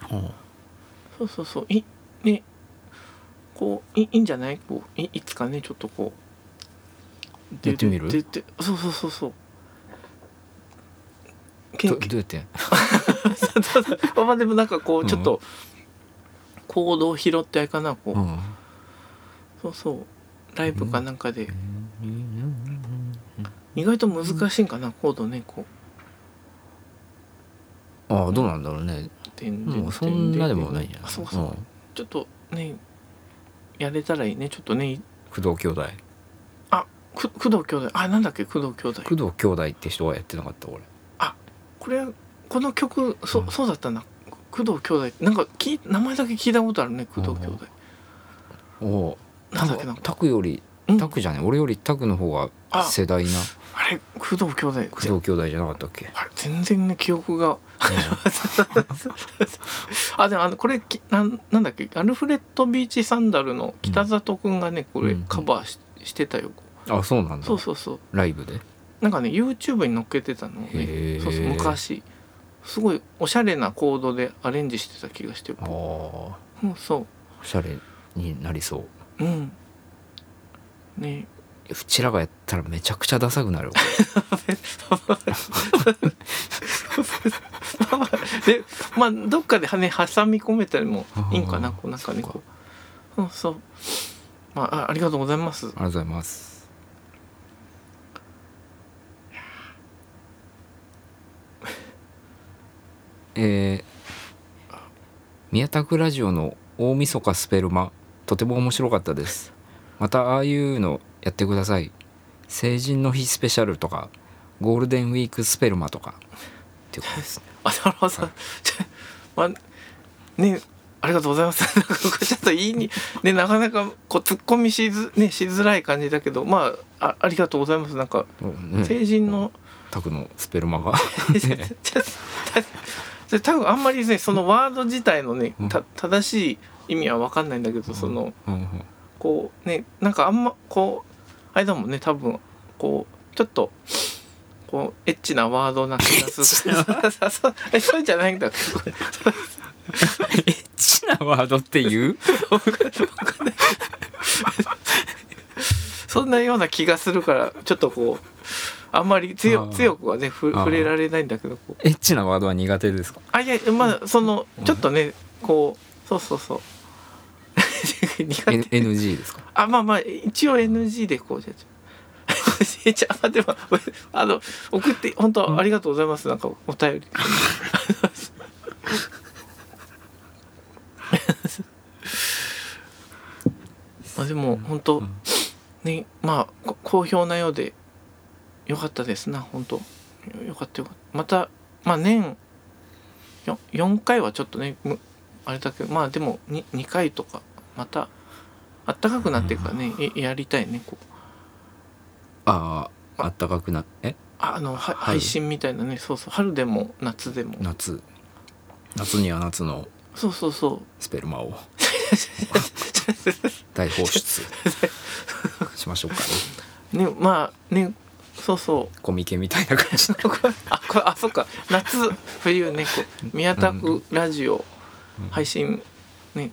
[SPEAKER 1] そうそうそういねこういいいんじゃないこういいつかねちょっとこうで
[SPEAKER 2] やってみる
[SPEAKER 1] ででそうそうそうそうけ
[SPEAKER 2] ど
[SPEAKER 1] ん
[SPEAKER 2] ど
[SPEAKER 1] けん
[SPEAKER 2] うやって
[SPEAKER 1] そうそうまあまあでもなんかこう
[SPEAKER 2] うん
[SPEAKER 1] ちょっと行動を拾ってあれかなこう、
[SPEAKER 2] うん
[SPEAKER 1] そうそうライブかなんかで、意外と難しいんかな、コードねこう
[SPEAKER 2] ああどうなんだろうね
[SPEAKER 1] でん
[SPEAKER 2] もうそんなでもないんじゃない
[SPEAKER 1] あそうそう、
[SPEAKER 2] ん
[SPEAKER 1] ちょっとねやれたらいいねちょっとねい
[SPEAKER 2] 工藤兄弟
[SPEAKER 1] あく工藤兄弟あなんだっけ工藤兄弟
[SPEAKER 2] 工藤兄弟って人はやってなかった俺
[SPEAKER 1] これこの曲そ,、
[SPEAKER 2] う
[SPEAKER 1] うんそうだったんだ工藤兄弟なんか聞い名前だけ聞いたことあるね工藤兄弟
[SPEAKER 2] おお
[SPEAKER 1] なんだっけな
[SPEAKER 2] タクより
[SPEAKER 1] うん
[SPEAKER 2] タクじゃね俺よりタクの方が
[SPEAKER 1] あ
[SPEAKER 2] 世代な
[SPEAKER 1] あれ工藤兄弟
[SPEAKER 2] 工藤兄弟じゃなかったっけ
[SPEAKER 1] あれ全然ね記憶が あでもあのこれきなんなんだっけアルフレッド・ビーチ・サンダルの北里くんがねこれ
[SPEAKER 2] うん
[SPEAKER 1] カバーし,、してたよ
[SPEAKER 2] あそうなんだ
[SPEAKER 1] そうそうそう
[SPEAKER 2] ライブで
[SPEAKER 1] なんかね YouTube に載っけてたのを
[SPEAKER 2] へ
[SPEAKER 1] ね
[SPEAKER 2] ー
[SPEAKER 1] そうそう昔すごいおしゃれなコードでアレンジしてた気がしてる
[SPEAKER 2] ああお
[SPEAKER 1] うんそ
[SPEAKER 2] しゃれになりそう
[SPEAKER 1] ううんね
[SPEAKER 2] うちらがやったらめちゃくちゃダサくなるよこ
[SPEAKER 1] でまあどっかではね挟み込めたりもいいんかな
[SPEAKER 2] あー
[SPEAKER 1] こうなんかね
[SPEAKER 2] そっか
[SPEAKER 1] こううんそうまああありがとうございます
[SPEAKER 2] れありがとうございますえー、宮田区ラジオの大晦日スペルマとても面白かったですまたああいうのやってください成人の日スペシャルとかゴールデンウィークスペルマとかっていうことですね
[SPEAKER 1] あなるほどちょ まあねありがとうございます なんかこれちょっと言いにねなかなかこう突っ込みしづねしづらい感じだけどまああありがとうございますなんか
[SPEAKER 2] うんね
[SPEAKER 1] 成人の、
[SPEAKER 2] タクのスペルマが
[SPEAKER 1] それ多分あんまりねそのワード自体のね
[SPEAKER 2] うん
[SPEAKER 1] た正しい意味は分かんないんだけどその
[SPEAKER 2] うんうん
[SPEAKER 1] こうねなんかあんまこうあれだもんね多分こうちょっとこうエッチなワードな気がするそうそうえそうじゃないんだけど
[SPEAKER 2] エッチなワードって言う
[SPEAKER 1] そんなような気がするからちょっとこうあんまり強
[SPEAKER 2] あー
[SPEAKER 1] 強くはねふ
[SPEAKER 2] あー
[SPEAKER 1] 触れられないんだけどこう
[SPEAKER 2] エッチなワードは苦手ですか
[SPEAKER 1] あいやまあそのちょっとねこうそうそうそう苦手
[SPEAKER 2] N- ?NG ですか
[SPEAKER 1] あまあまあ一応 NG でこうじゃあ じゃあでもあの送って本当ありがとうございます、なんかお便りまあでも本当
[SPEAKER 2] うん
[SPEAKER 1] ねまあこ好評なようでよかったですな本当よよかったよかったまたまあ年よ4回はちょっとねむあれだけどまあでも 2, 2回とかまたあったかくなってからね、えやりたいねこう
[SPEAKER 2] あああったかくなえ
[SPEAKER 1] ああのは
[SPEAKER 2] 春
[SPEAKER 1] 配信みたいなねそうそう春でも夏でも
[SPEAKER 2] 夏夏には夏の
[SPEAKER 1] そうそうそう
[SPEAKER 2] スペル マを大放出しましょうかね
[SPEAKER 1] ねまあねそうそう
[SPEAKER 2] コミケみたいな感じで
[SPEAKER 1] あこれあそっか夏冬ねこう宮田区ラジオ
[SPEAKER 2] うん
[SPEAKER 1] 配信ね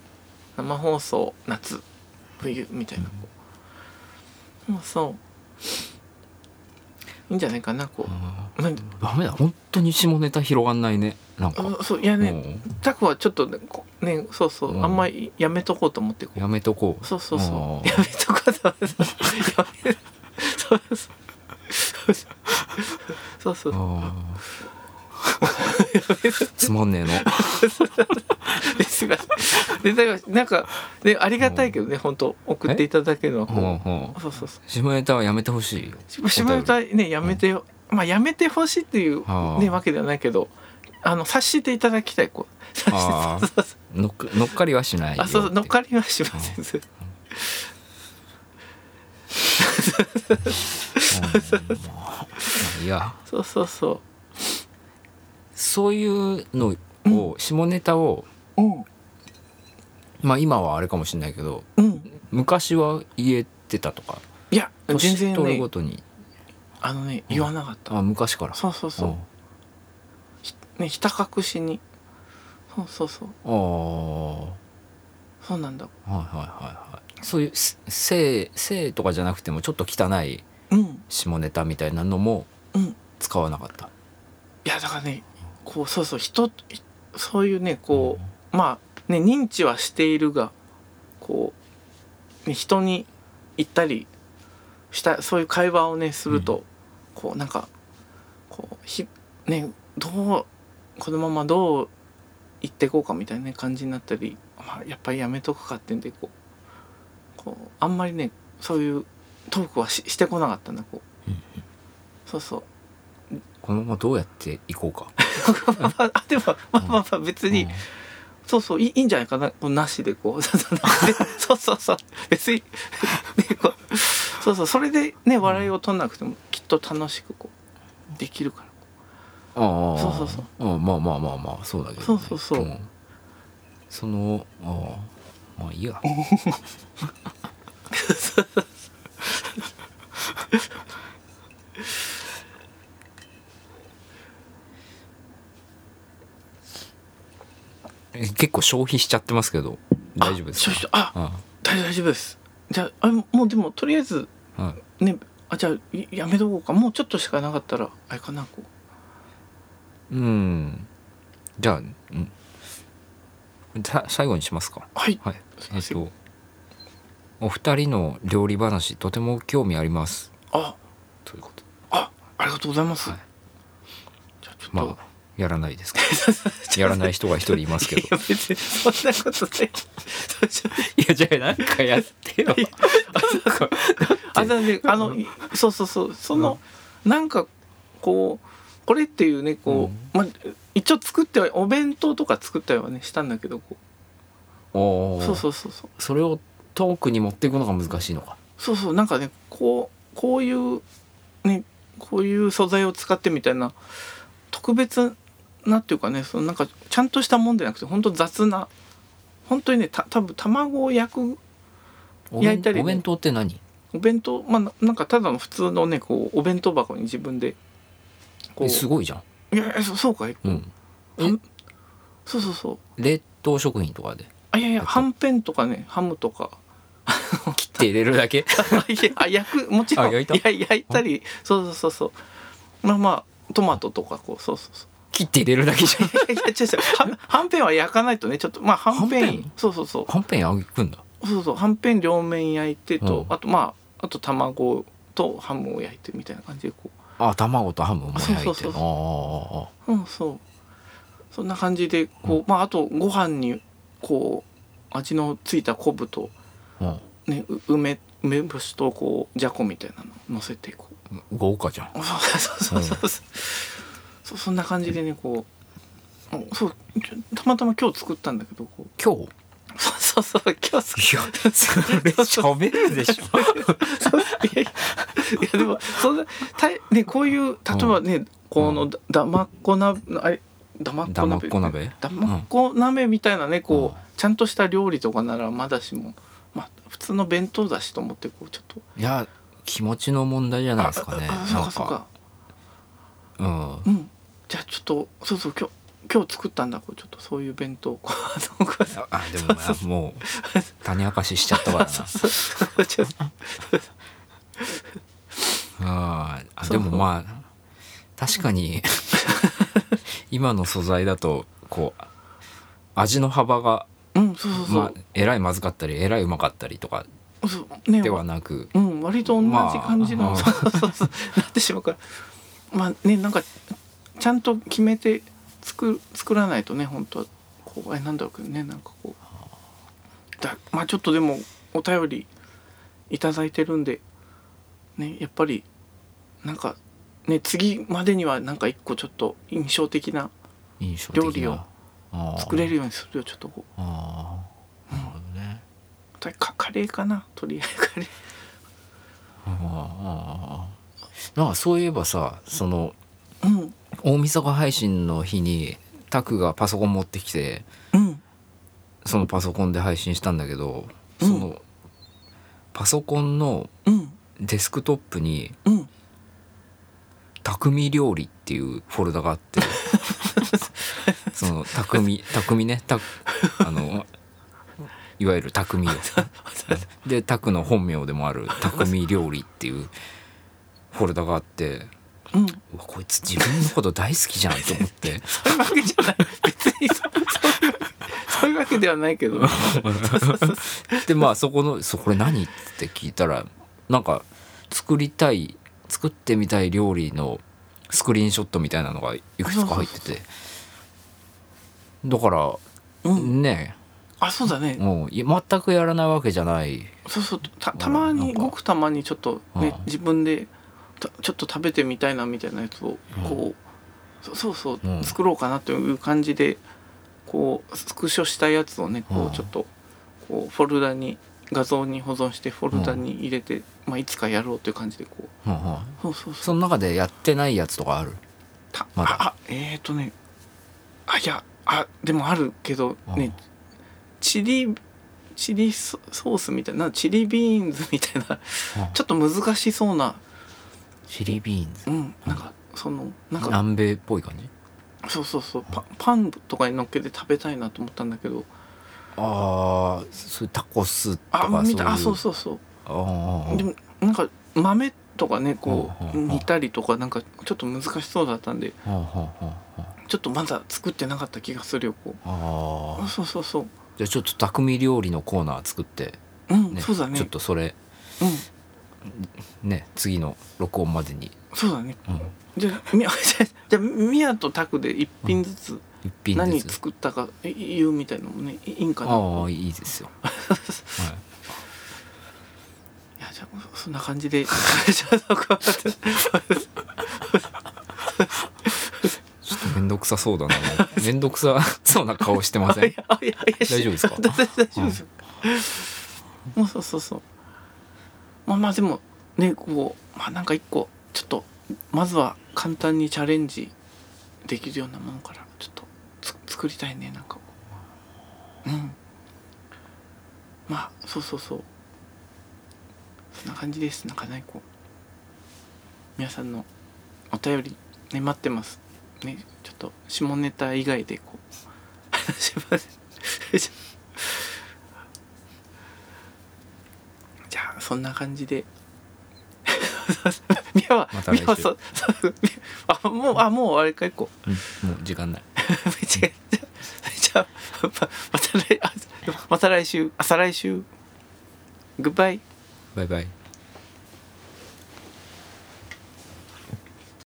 [SPEAKER 1] 生放送夏冬みたいなこうもうそういいんじゃないかなこ
[SPEAKER 2] あ
[SPEAKER 1] う、なん
[SPEAKER 2] ーダメだ本当に下ネタ広がんないねなんか、
[SPEAKER 1] あそういやねタクはちょっとねこねそうそう、
[SPEAKER 2] うん
[SPEAKER 1] あんまりやめとこうと思ってこ
[SPEAKER 2] うんやめとこ
[SPEAKER 1] う
[SPEAKER 2] う
[SPEAKER 1] そうそうそう
[SPEAKER 2] あー
[SPEAKER 1] やめとこうと思ってやめそうそうそうそう
[SPEAKER 2] あ ーつまんねえの
[SPEAKER 1] ですがでだからなんか、ね、ありがたいけどね本当送っていただけるのは
[SPEAKER 2] ほう
[SPEAKER 1] こ
[SPEAKER 2] ほ
[SPEAKER 1] うそうそうそう
[SPEAKER 2] う下ネタはやめてほしい
[SPEAKER 1] し下ネタねやめてよ、まあやめてほしいっていう、
[SPEAKER 2] あー
[SPEAKER 1] ね、わけではないけどあの察していただきたいこう察
[SPEAKER 2] あ
[SPEAKER 1] してそうそうそう
[SPEAKER 2] のっか乗っかりはしないよ
[SPEAKER 1] あそうそう乗っか
[SPEAKER 2] り
[SPEAKER 1] りはしません
[SPEAKER 2] いや
[SPEAKER 1] そうそうそ
[SPEAKER 2] そういうのを下ネタを
[SPEAKER 1] ううん
[SPEAKER 2] まあ今はあれかもしれないけど
[SPEAKER 1] うん
[SPEAKER 2] 昔は言えてたとか
[SPEAKER 1] いや全
[SPEAKER 2] 年
[SPEAKER 1] 然
[SPEAKER 2] 取る
[SPEAKER 1] ね
[SPEAKER 2] ごとに
[SPEAKER 1] あのね言わなかった、
[SPEAKER 2] あ昔から
[SPEAKER 1] そうそうそう、ねひた隠しにそうそうそう
[SPEAKER 2] うんあ
[SPEAKER 1] そうなんだ
[SPEAKER 2] あはいはいはいはいそういうす性性とかじゃなくてもちょっと汚い
[SPEAKER 1] うん
[SPEAKER 2] 下ネタみたいなのも
[SPEAKER 1] うん
[SPEAKER 2] 使わなかった
[SPEAKER 1] いやだからねこうそうそう人そういうねこうまあね認知はしているがこう、ね、人に行ったりしたそういう会話をねすると、こうなんかこうひねどうこのままどう行ってこうかみたいなね感じになったり、まあ、やっぱりやめとくかってんでこうこうあんまりねそういうトークはししてこなかったなこう、
[SPEAKER 2] うん
[SPEAKER 1] そうそう
[SPEAKER 2] このままどうやっていこうか
[SPEAKER 1] まあ、あでもまあまあまあ別に、
[SPEAKER 2] うん
[SPEAKER 1] そうそういいいいんじゃないかなこうなしでこう そうそうそう別に、ね、こうそうそうそれでね笑いを取んなくてもきっと楽しくこうできるから
[SPEAKER 2] ああ
[SPEAKER 1] そうそうそう
[SPEAKER 2] あまあまあまあまあそうだけど、ね、
[SPEAKER 1] そうそうそうん
[SPEAKER 2] そのああまあいいや え結構消費しちゃってますけど大丈夫です
[SPEAKER 1] あ
[SPEAKER 2] か
[SPEAKER 1] 少々あ
[SPEAKER 2] あ
[SPEAKER 1] 大大丈夫ですじゃああもうでもとりあえず
[SPEAKER 2] あはい
[SPEAKER 1] ねあじゃあいやめとこうかもうちょっとしかなかったらあれかなこう
[SPEAKER 2] うんじゃあ、うん、さ最後にしますか
[SPEAKER 1] はい
[SPEAKER 2] はい
[SPEAKER 1] すい
[SPEAKER 2] え
[SPEAKER 1] ま
[SPEAKER 2] っ
[SPEAKER 1] せん
[SPEAKER 2] と、お二人の料理話とても興味あります
[SPEAKER 1] あ
[SPEAKER 2] ということで
[SPEAKER 1] あありがとうございます、
[SPEAKER 2] はい
[SPEAKER 1] じゃあちょっと、
[SPEAKER 2] まあやらないです かやらない人が一人いますけど
[SPEAKER 1] いや別にそんなことない
[SPEAKER 2] いやじゃあなんかやって よ
[SPEAKER 1] あだからねあのいそうそうそうその、なんかこうこれっていうねこう、まあ一応作ってはお弁当とか作ったりはねしたんだけどこ
[SPEAKER 2] お
[SPEAKER 1] う
[SPEAKER 2] ー
[SPEAKER 1] そうそうそうそう
[SPEAKER 2] それをトークに持っていくのが難しいのか
[SPEAKER 1] そうそうなんかねこうこういうねこういう素材を使ってみたいな特別なっていうかねそのなんかちゃんとしたもんじゃなくて本当雑な本当にねた多分卵を焼く
[SPEAKER 2] お弁
[SPEAKER 1] 焼いたりね
[SPEAKER 2] お弁当って何
[SPEAKER 1] お弁当まあななんかただの普通のねこうお弁当箱に自分でこ
[SPEAKER 2] えす
[SPEAKER 1] う
[SPEAKER 2] ごいじゃん、
[SPEAKER 1] いやいやそそうかい
[SPEAKER 2] うん、
[SPEAKER 1] そうそうそう
[SPEAKER 2] 冷凍食品とかで
[SPEAKER 1] あいやいや
[SPEAKER 2] だって
[SPEAKER 1] はんぺんとかねハムとか
[SPEAKER 2] 切って入れるだけ
[SPEAKER 1] あ いやあ焼くもちろん
[SPEAKER 2] あ焼いた
[SPEAKER 1] や焼いたりそうそうそうそうまあまあトマトとかこうそうそうそう
[SPEAKER 2] 切って入れるだけじゃん
[SPEAKER 1] いやいや違う違うははんぺんは焼かないとねちょっとまあはんぺ
[SPEAKER 2] はんぺ
[SPEAKER 1] ん
[SPEAKER 2] ん
[SPEAKER 1] そうそうそう
[SPEAKER 2] はんぺん焼くんだ
[SPEAKER 1] そうそうはんぺん両面焼いてと、
[SPEAKER 2] うん
[SPEAKER 1] あとまああと卵とハムを焼いてみたいな感じでこ
[SPEAKER 2] あ卵とハムも焼いてる
[SPEAKER 1] そうそうそう
[SPEAKER 2] ああああ
[SPEAKER 1] ううんそうそんな感じでこう、まああとご飯にこう味のついた昆布と
[SPEAKER 2] ああ
[SPEAKER 1] ねう梅梅干しとこうじゃこみたいなの乗せてこう
[SPEAKER 2] うん豪華じゃん
[SPEAKER 1] そうそうそうそう、そうそんな感じでねこううんそうちょたまたま今日作ったんだけどこう
[SPEAKER 2] 今日
[SPEAKER 1] そうそ そうそう今日す
[SPEAKER 2] いやそれ喋るでしょ
[SPEAKER 1] いやいやいやでもそんなたいねこういう例えばね、このだだまっこ鍋あれだまっ
[SPEAKER 2] だ
[SPEAKER 1] こ
[SPEAKER 2] まっ
[SPEAKER 1] 鍋
[SPEAKER 2] こ鍋
[SPEAKER 1] だまっこ鍋みたいなねこう、
[SPEAKER 2] うん
[SPEAKER 1] ちゃんとした料理とかならまだしもまあ普通の弁当だしと思ってこうちょっと
[SPEAKER 2] いや気持ちの問題じゃないですかね
[SPEAKER 1] あそう
[SPEAKER 2] な
[SPEAKER 1] か
[SPEAKER 2] ん
[SPEAKER 1] そうか
[SPEAKER 2] かうん
[SPEAKER 1] うんじゃあちょっとそうそう今日今日作ったんだこうちょっとそういう弁当をこうあのこう
[SPEAKER 2] あでもまあもう種明かししちゃったからな
[SPEAKER 1] ちょっと
[SPEAKER 2] あーあ
[SPEAKER 1] そう
[SPEAKER 2] でもまあ確か に今の素材だとこう味の幅が、
[SPEAKER 1] うんそうそうそう、
[SPEAKER 2] まあ、えらいまずかったりえらいうまかったりとか
[SPEAKER 1] そうね
[SPEAKER 2] ではなく、
[SPEAKER 1] うん、割と同じ感じの、
[SPEAKER 2] まあ
[SPEAKER 1] そうそうそうなってしまうからまあねなんかちゃんと決めて作作らないとね本当はこうあれなんだろうけどねなんかこうだまあちょっとでもお便りいただいてるんでねやっぱりなんかね次までにはなんか一個ちょっと印象的な
[SPEAKER 2] 印象的な
[SPEAKER 1] 料理を
[SPEAKER 2] あー
[SPEAKER 1] 作れるようにするよちょっとこう
[SPEAKER 2] あーなるほどね
[SPEAKER 1] とりあえずカカレーかなとりあえずカレー
[SPEAKER 2] あーあーなんかそういえばさその
[SPEAKER 1] うん
[SPEAKER 2] 大晦日配信の日にタクがパソコン持ってきて
[SPEAKER 1] うん
[SPEAKER 2] そのパソコンで配信したんだけど、
[SPEAKER 1] うん
[SPEAKER 2] そのパソコンの
[SPEAKER 1] うん
[SPEAKER 2] デスクトップに
[SPEAKER 1] うん
[SPEAKER 2] 「匠料理」っていうフォルダがあって その匠匠ねたあのいわゆ る匠よで拓の本名でもある「匠料理」っていうフォルダがあって
[SPEAKER 1] うん
[SPEAKER 2] うわこいつ自分のこと大好きじゃんと思って
[SPEAKER 1] そういうわけじゃない別にそそういうそういうわけではないけど
[SPEAKER 2] でまあそこの「そうこれ何?」って聞いたらなんか作りたい作ってみたい料理のスクリーンショットみたいなのがいくつか入っててだから
[SPEAKER 1] うん
[SPEAKER 2] ね
[SPEAKER 1] あそうだね
[SPEAKER 2] もうい全くやらないわけじゃない
[SPEAKER 1] そうそうたたま
[SPEAKER 2] な
[SPEAKER 1] に
[SPEAKER 2] んか
[SPEAKER 1] ごくたまにちょっとね
[SPEAKER 2] うん
[SPEAKER 1] 自分でたちょっと食べてみたいなみたいなやつをこうそそうそう
[SPEAKER 2] うん
[SPEAKER 1] 作ろうかなという感じでこうスクショしたやつをねこ
[SPEAKER 2] うん
[SPEAKER 1] うちょっとこうフォルダに画像に保存してフォルダに入れてまあいつかやろうという感じでこう
[SPEAKER 2] うんうん
[SPEAKER 1] そうそうそう
[SPEAKER 2] その中でやってないやつとかある
[SPEAKER 1] た
[SPEAKER 2] まだ
[SPEAKER 1] ああえっ、ー、とねあいやあでもあるけど
[SPEAKER 2] うん
[SPEAKER 1] ねチリチリソソースみたいなチリビーンズみたいな ちょっと難しそうな
[SPEAKER 2] チリビーンズ
[SPEAKER 1] うんなんかそのなんか
[SPEAKER 2] 南米っぽい感じ
[SPEAKER 1] そうそうそうパパンとかに乗っけて食べたいなと思ったんだけど
[SPEAKER 2] ああそういうタコスと
[SPEAKER 1] あ
[SPEAKER 2] か
[SPEAKER 1] 見たあそう
[SPEAKER 2] う
[SPEAKER 1] そうそう
[SPEAKER 2] あーあー
[SPEAKER 1] でもなんか豆とかねこう
[SPEAKER 2] うんうんうん
[SPEAKER 1] 煮たりとかなんかちょっと難しそうだったんで
[SPEAKER 2] あーあ
[SPEAKER 1] ちょっとまだ作ってなかった気がするよこう
[SPEAKER 2] ー
[SPEAKER 1] あ
[SPEAKER 2] あー
[SPEAKER 1] そうそうそう
[SPEAKER 2] じゃあちょっと匠料理のコーナー作って、
[SPEAKER 1] うん、
[SPEAKER 2] ね
[SPEAKER 1] そうだね
[SPEAKER 2] ちょっとそれ
[SPEAKER 1] うん
[SPEAKER 2] ね次の録音までに、
[SPEAKER 1] そうだね
[SPEAKER 2] うん、
[SPEAKER 1] じゃあみ じゃあじゃあみやとタクで一品ずつ
[SPEAKER 2] 一品
[SPEAKER 1] 何
[SPEAKER 2] ずつ
[SPEAKER 1] 作ったかえ言うみたいのもねいいいんかな
[SPEAKER 2] ああいいですよ、はい
[SPEAKER 1] いやじゃあそんな感じで じゃあそこは
[SPEAKER 2] ちょっと面倒くさそうだな面倒くさそうな顔してま せ
[SPEAKER 1] あい
[SPEAKER 2] ん
[SPEAKER 1] やあいやいや
[SPEAKER 2] 大丈夫ですか
[SPEAKER 1] 大丈夫大丈夫ですよもうそうそうそうまあまあでもねこうまあなんか一個ちょっとまずは簡単にチャレンジできるようなものからちょっとつ作りたいねなんかうんまあそうそうそうそんな感じですなんかねこう皆さんのお便りね待ってますねちょっと下ネタ以外でこう話します じゃあそんな感じで ミヤは
[SPEAKER 2] また
[SPEAKER 1] ミ
[SPEAKER 2] 来週
[SPEAKER 1] ヤはそうそうミヤあもうあもうあれか一個
[SPEAKER 2] うんもう時間ない
[SPEAKER 1] めちゃめちゃじゃあままた来あまた来週あ再来週グッバイ
[SPEAKER 2] バイバイ